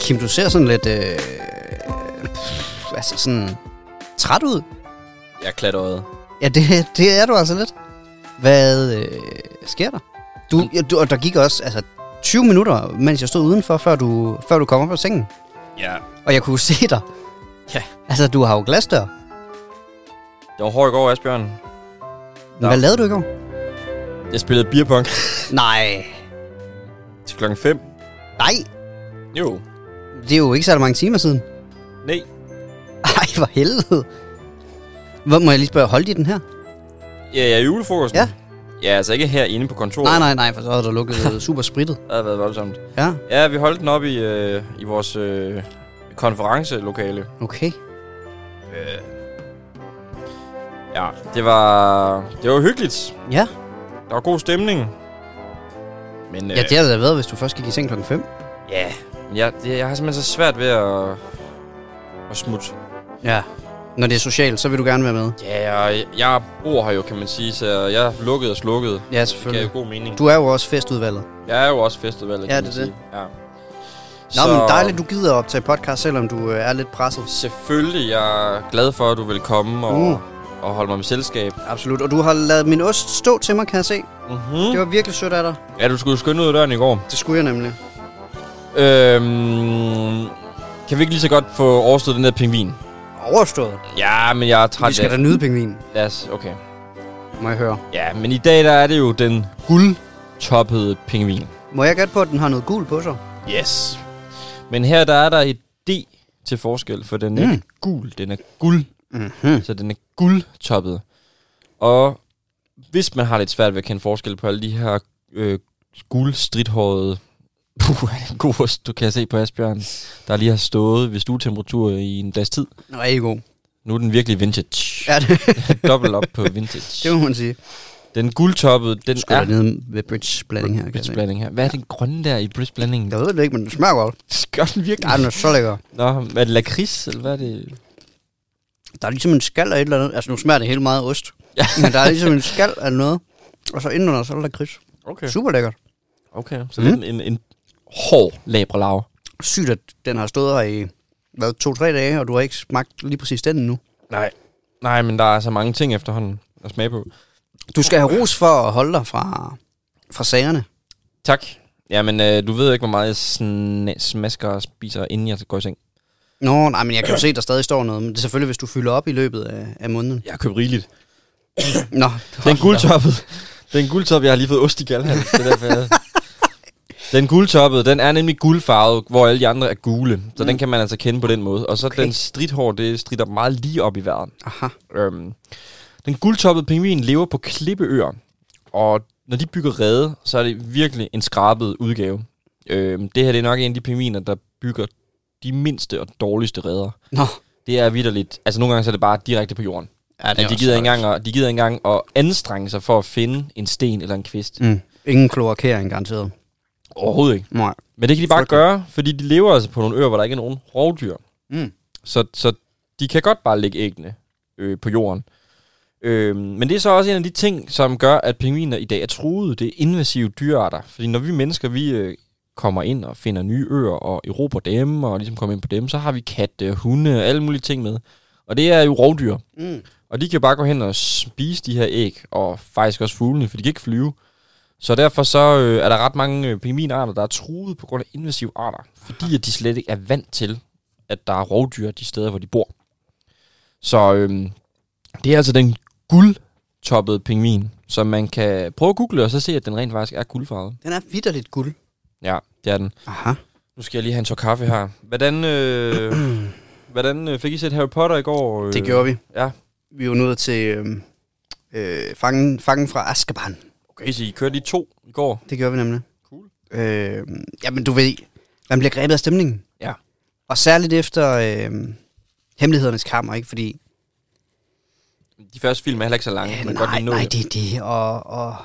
Kim, du ser sådan lidt... Øh, altså sådan... Træt ud. Jeg klatter øjet. Ja, det, det er du altså lidt. Hvad øh, sker der? Du, ja, du, og der gik også altså, 20 minutter, mens jeg stod udenfor, før du, før du kom op af sengen. Ja. Og jeg kunne se dig. Ja. Altså, du har jo glasdør. Det var hårdt i går, Asbjørn. Ja. Hvad lavede du i går? Jeg spillede beerpong Nej. til klokken 5. Nej, Jo. det er jo ikke særlig mange timer siden. Nej. Ej, hvor helvede. Hvor må jeg lige spørge, holdt I den her? Ja, ja, julefrokosten. Ja. Ja, altså ikke herinde på kontoret. Nej, nej, nej, for så havde der lukket super sprittet. Det havde været voldsomt. Ja, Ja, vi holdt den op i, øh, i vores øh, konferencelokale. Øh. okay. Ja, det var, det var hyggeligt. Ja, Der var god stemning. Men øh, ja det havde det været, hvis du først gik i seng klokken 5. ja. Men jeg, det, jeg har simpelthen så svært ved at, at smutte. Ja. Når det er socialt, så vil du gerne være med. Ja, jeg, jeg bor her jo, kan man sige, så jeg er lukket og slukket. Ja, Det gav jo selvfølgelig. god mening. Du er jo også festudvalget. Jeg er jo også festudvalget, Ja, kan det man er sige. Ja. Nå, men dejligt, du gider optage podcast, selvom du øh, er lidt presset. Selvfølgelig, jeg er glad for, at du vil komme og, Mm. og holde mig med selskab. Absolut. Og du har lavet min ost stå til mig, kan jeg se. Mm-hmm. Det var virkelig sødt af dig. Ja, du skulle jo skynde ud af døren i går. Det skulle jeg nemlig. Øhm, kan vi ikke lige så godt få overstået den der pingvin? Overstået. Ja, men jeg er træt Vi skal af da nyde pingvin, Lad os, okay. må jeg høre. Ja, men i dag der er det jo den guldtoppede pingvin. Må jeg gætte på, at den har noget gul på sig? Yes. Men her der er der et D til forskel, for den er Mm. mm. gul. Den er guld, Mhm. så den er guldtoppet. Og hvis man har lidt svært ved at kende forskel på alle de her øh, guldstridhårede... Puh, en god ost, du kan se på Asbjørn, der lige har stået ved stuetemperatur i en dags tid. Nå, er I god. Nu er den virkelig vintage. Ja, det, Dobbelt op på vintage. det må man sige. Den guldtoppede, den Skal er... ja. ned ved bridge blanding her, kan jeg Bridge se. blanding her. Hvad er den grønne der i bridge blandingen? Jeg ved det ikke, men den smager godt. Gør den virkelig? Ej, den er så lækker. Nå, er det lakrids, eller hvad er det? Der er ligesom en skal af et eller andet. Altså, nu smager det hele meget af ost. Ja. Men der er ligesom en skal af noget. Og så indenunder, så er der kris. Okay. Super lækkert. Okay, så mm. en, en hård labralav. Sygt, at den har stået her i hvad, to-tre dage, og du har ikke smagt lige præcis den endnu. Nej. Nej, men der er så mange ting efterhånden at smage på. Du skal have ros for at holde dig fra, fra sagerne. Tak. Jamen, øh, du ved ikke, hvor meget jeg sna- smasker og spiser, inden jeg går i seng. Nå, nej, men jeg kan jo se, at der stadig står noget. Men det er selvfølgelig, hvis du fylder op i løbet af, af måneden. Jeg har købt rigeligt. Nå, Den guldtoppede, den guldtoppede, jeg har lige fået ost i galhalsen. Det er derfor, jeg... Den guldtoppede, den er nemlig guldfarvet, hvor alle de andre er gule. Så mm. den kan man altså kende på den måde. Og så okay. den stridhår, det strider meget lige op i vejret. Aha. Øhm, den guldtoppede pingvin lever på klippeøer, og når de bygger rede, så er det virkelig en skrabet udgave. Øhm, det her det er nok en af de pingviner, der bygger de mindste og dårligste redder. Nå. Det er vidderligt. Altså nogle gange så er det bare direkte på jorden. Ja, Ja, de, gider ikke engang at, de gider ikke engang at anstrenge sig for at finde en sten eller en kvist. Mm. Mm. Ingen kloakering, garanteret. Overhovedet ikke. Nej. Men det kan de bare Frygteligt. gøre, fordi de lever altså på nogle øer, hvor der ikke er nogen rovdyr. Mm. Så, så de kan godt bare lægge æggene øh, på jorden. Øh, men det er så også en af de ting, som gør, at pingviner i dag er truet. Det er invasive dyrearter. Fordi når vi mennesker, vi øh, kommer ind og finder nye øer og erobrer dem, og ligesom kommer ind på dem, så har vi katte, hunde og alle mulige ting med. Og det er jo rovdyr. Mm. Og de kan jo bare gå hen og spise de her æg, og faktisk også fuglene, for de kan ikke flyve. Så derfor så øh, er der ret mange øh, pingvinarter, der er truet på grund af invasive arter, fordi at de slet ikke er vant til, at der er rovdyr de steder, hvor de bor. Så øh, det er altså den guldtoppede pingvin, som man kan prøve at google, og så se, at den rent faktisk er guldfarvet. Den er vidderligt guld. Ja, det er den. Aha. Nu skal jeg lige have en tår kaffe her. Hvordan, øh, hvordan øh, fik I set Harry Potter i går? Øh? Det gjorde vi. Ja. Vi var nået til øhm, øh, fangen, fangen fra Askeban. Øh, Okay, så I kørte lige to i går. Det gjorde vi nemlig. Cool. Øh, jamen, du ved, man bliver grebet af stemningen. Ja. Og særligt efter øh, Hemmelighedernes Kammer, ikke? Fordi De første film er heller ikke så lange. Ja, man nej, kan godt lige nå nej, det er det. Og, og,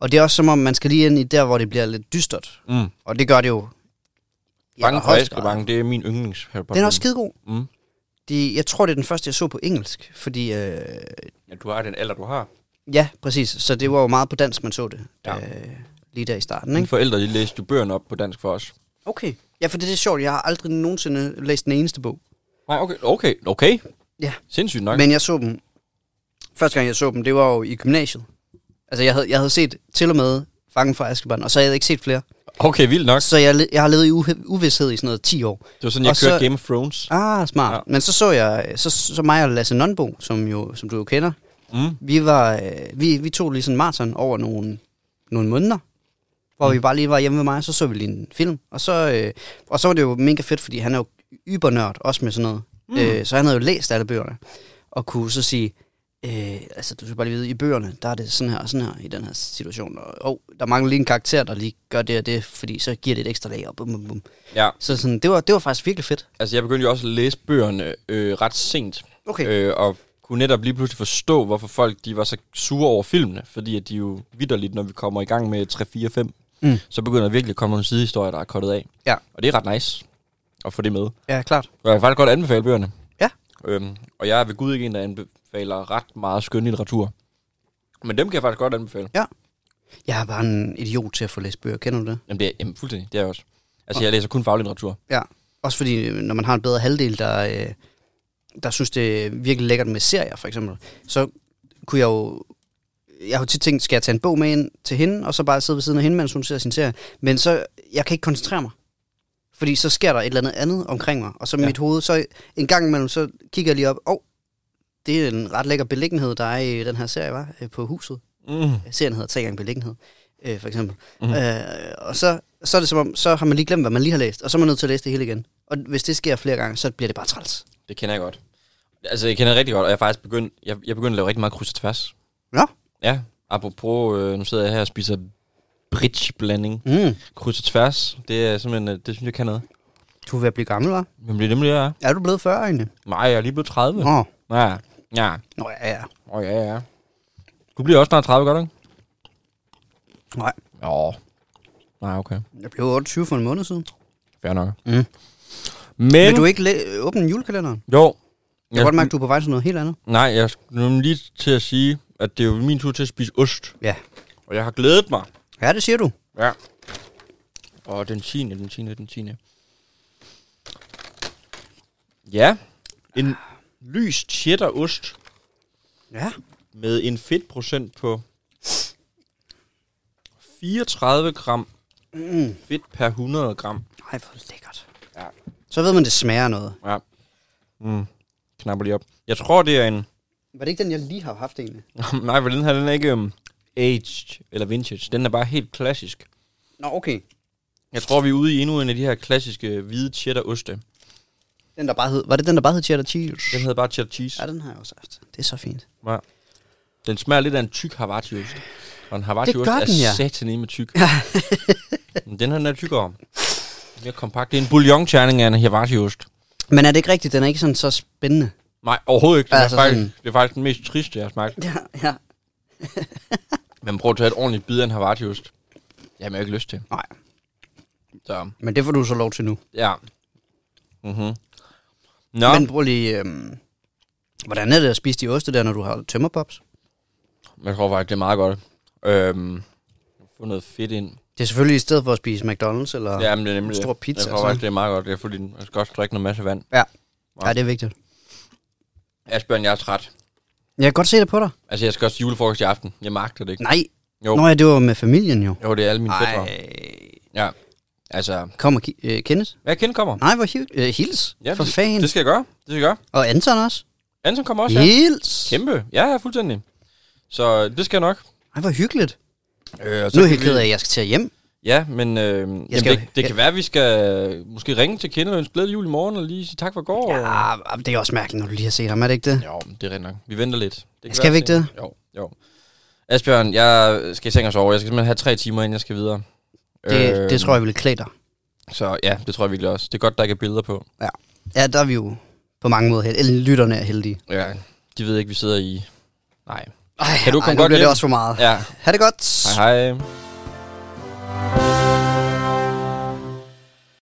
og det er også som om, man skal lige ind i der, hvor det bliver lidt dystert. Mm. Og det gør det jo. i Bange for allerhøjeste grad. Askebange, det er min yndlings Harry Potter. Den er også skidegod. Mm. De, jeg tror, det er den første, jeg så på engelsk. Fordi, øh, Ja, du har den alder, du har. ja, præcis. Så det var jo meget på dansk, man så det. Ja. Øh, lige der i starten, Mine ikke? forældre, de læste jo bøgerne op på dansk for os. Okay. Ja, for det, det er sjovt. Jeg har aldrig nogensinde læst den eneste bog. Nej, okay, okay, okay. Ja. Sindssygt nok. Men jeg så dem, første gang jeg så dem, det var jo i gymnasiet. Altså jeg havde, jeg havde set til og med Fangen fra Askeban, og så havde jeg ikke set flere. Okay, vildt nok. Så jeg, le- jeg har levet i uhe- uvidshed i sådan noget 10 år. Det var sådan, jeg Og kørte så- Game of Thrones. Ah, smart. Ja. Ja. Men så så jeg, så, så mig og Lasse Nonbo, som, jo, som du jo kender, Mm. vi, var, øh, vi, vi tog lige sådan en maraton over nogle, nogle måneder, hvor vi bare lige var hjemme med mig, og så så vi lige en film. Og så, øh, og så var det jo mega fedt, fordi han er jo ybernørd, også med sådan noget. Mm. Øh, så han havde jo læst alle bøgerne, og kunne så sige, øh, altså du skal bare lige vide, i bøgerne, der er det sådan her og sådan her i den her situation. Og oh, der mangler lige en karakter, der lige gør det og det, fordi så giver det et ekstra lag. Og bum, bum, bum. Ja, Så sådan, det, var, det var faktisk virkelig fedt. altså jeg begyndte jo også at læse bøgerne øh, ret sent. Okay. Øh, og kunne netop lige pludselig forstå, hvorfor folk de var så sure over filmene. Fordi at de jo vidderligt, når vi kommer i gang med 3, 4, 5, Mm. så begynder der virkelig at komme nogle sidehistorier, der er kottet af. Ja. Og det er ret nice at få det med. Ja, klart. Og jeg kan faktisk godt anbefale bøgerne. Ja. Øhm, og jeg er ved Gud ikke en, der anbefaler ret meget skøn litteratur. Men dem kan jeg faktisk godt anbefale. Jeg er bare en idiot til at få læst bøger, kender du det? Jamen, det er, jamen fuldstændig, det er jeg også. Altså, jeg Ah. læser kun faglitteratur. Ja, også fordi øh, når man har en bedre halvdel, der, øh, der synes, det er virkelig lækkert med serier, for eksempel, så kunne jeg jo... Jeg har jo tit tænkt, skal jeg tage en bog med ind til hende, og så bare sidde ved siden af hende, mens hun ser sin serie. Men så, jeg kan ikke koncentrere mig. Fordi så sker der et eller andet andet omkring mig, og så ja. Ja. mit hoved, så en gang imellem, så kigger jeg lige op, åh, oh, det er en ret lækker beliggenhed, der er i den her serie, var på huset Mm. serien hedder tre gange beliggenhed, øh, for eksempel. Mhm. Mm. Øh, og så, så er det som om, så har man lige glemt, hvad man lige har læst, og så er man nødt til at læse det hele igen. Og hvis det sker flere gange, så bliver det bare træls. Det kender jeg godt. Altså, jeg kender det rigtig godt, og jeg er faktisk begyndt, jeg, jeg begyndte at lave rigtig meget kryds og tværs. Nå. Ja, apropos, øh, nu sidder jeg her og spiser bridge-blanding. Mm. Kryds og tværs, det er simpelthen, øh, det synes jeg kan noget. Du er ved at blive gammel, hva'? Men det er nemlig, jeg er. Er du blevet 40 egentlig? Nej, jeg er lige blevet 30. Nå, oh. Ja, ja. Nå ja, ja. Åh, ja, ja. Du bliver også snart 30, gør du ikke? Nej, Ja. Nej, okay. jeg blev 28 for en måned siden. Fair nok. Mm. Men, Vil du ikke læ- åbne julekalenderen? jo. Jeg kan godt mærke, du er på vej til noget helt andet. Nej, jeg skulle nemlig lige til at sige, at det er jo min tur til at spise ost. Ja. Og jeg har glædet mig. Ja, det siger du. Ja. Og den 10. den 10. den 10. Ja. En lys cheddarost Ja. med en fedtprocent på 34 gram Mm. fedt per 100 gram. Ej, hvor lækkert. Ja. Så ved man, det smager af noget. Ja. Mm. Knapper lige op. Jeg tror, det er en... Var det ikke den, jeg lige har haft egentlig? Nej, for den her, den er ikke um, aged eller vintage. Den er bare helt klassisk. Nå, okay. Jeg tror, vi er ude i endnu en af de her klassiske øh, hvide cheddaroste. Den, der bare hed, var det den, der bare hed cheddar cheese? Den hedder bare cheddar cheese. Ja, den har jeg også haft. Det er så fint. Ja. Den smager lidt af en tyk havartiost. Og en havartiost gør er den, ja. satan med tyk. Men den her den er tykkere. Mere kompakt. Det er en bouillonterning af en havartiost. Men er det ikke rigtigt, den er ikke sådan så spændende? Nej, overhovedet ikke. Den Altså altså, er faktisk, sådan- det er faktisk den mest triste, jeg har smagt. Ja, ja. Men prøv at tage et ordentligt bid af en havartiost. Det har man jo ikke lyst til. Nej, Så, men det får du så lov til nu. ja. Mm-hmm. Nå, Ja. Men... Men prøv lige, øhm, hvordan er det at spise de oste der, når du har tømmerpops? jeg tror faktisk, det er meget godt. Øhm, få noget fedt ind. Det er selvfølgelig i stedet for at spise McDonald's, eller... Ja, men det er nemlig en stor det. pizza altså. Jeg og tror sådan. faktisk, det er meget godt. Det er fordi, jeg skal også drikke noget masse vand. ja. ja det er vigtigt. Asbjørn, jeg er træt. Jeg kan godt se det på dig. Altså, jeg skal også til julefrokost i aften. Jeg magter det ikke. Nej. Jo. Nå ja, det var med familien jo. Jo, det er alle mine fædre. Ja. Altså, Kommer Ki- øh, Kenneth? hvad kendt kommer? Nej, hvor hiv- øh, hils. Ja, for fanden. Det skal jeg gøre. Det skal jeg gøre. Og Anton også. Anton kommer også, ja. Hils. Kæmpe. Ja, ja, fuldstændig. Så det skal jeg nok. Ej, hvor hyggeligt. Øh, og nu er kan jeg helt vi- ked af, at jeg skal til at hjem. Ja, men øh, jamen, skal- det, det kan være, at vi skal øh, måske ringe til Kenneth og ønske glædelig jul i morgen og lige sige tak for går. og- Ja, men det er også mærkeligt, når du lige har set ham, er det ikke det? Jo, men det er rent nok. Vi venter lidt. Det kan Skal vi ikke at- Jo, jo. Asbjørn, jeg skal i seng og sove. Jeg skal simpelthen have tre timer, inden jeg skal videre. Øh. Øhm, Det, det tror jeg ville klæde dig. Så ja, det tror jeg virkelig også. Det er godt, der ikke er billeder på. Ja, der er vi jo på mange måder heldige. Eller lytterne er heldige. Ja, de ved ikke, vi sidder i... Nej. Ej, Kan du komme ej, nu bliver godt det hjem? også for meget. Ja. Ja, Ha' det godt. hej hej.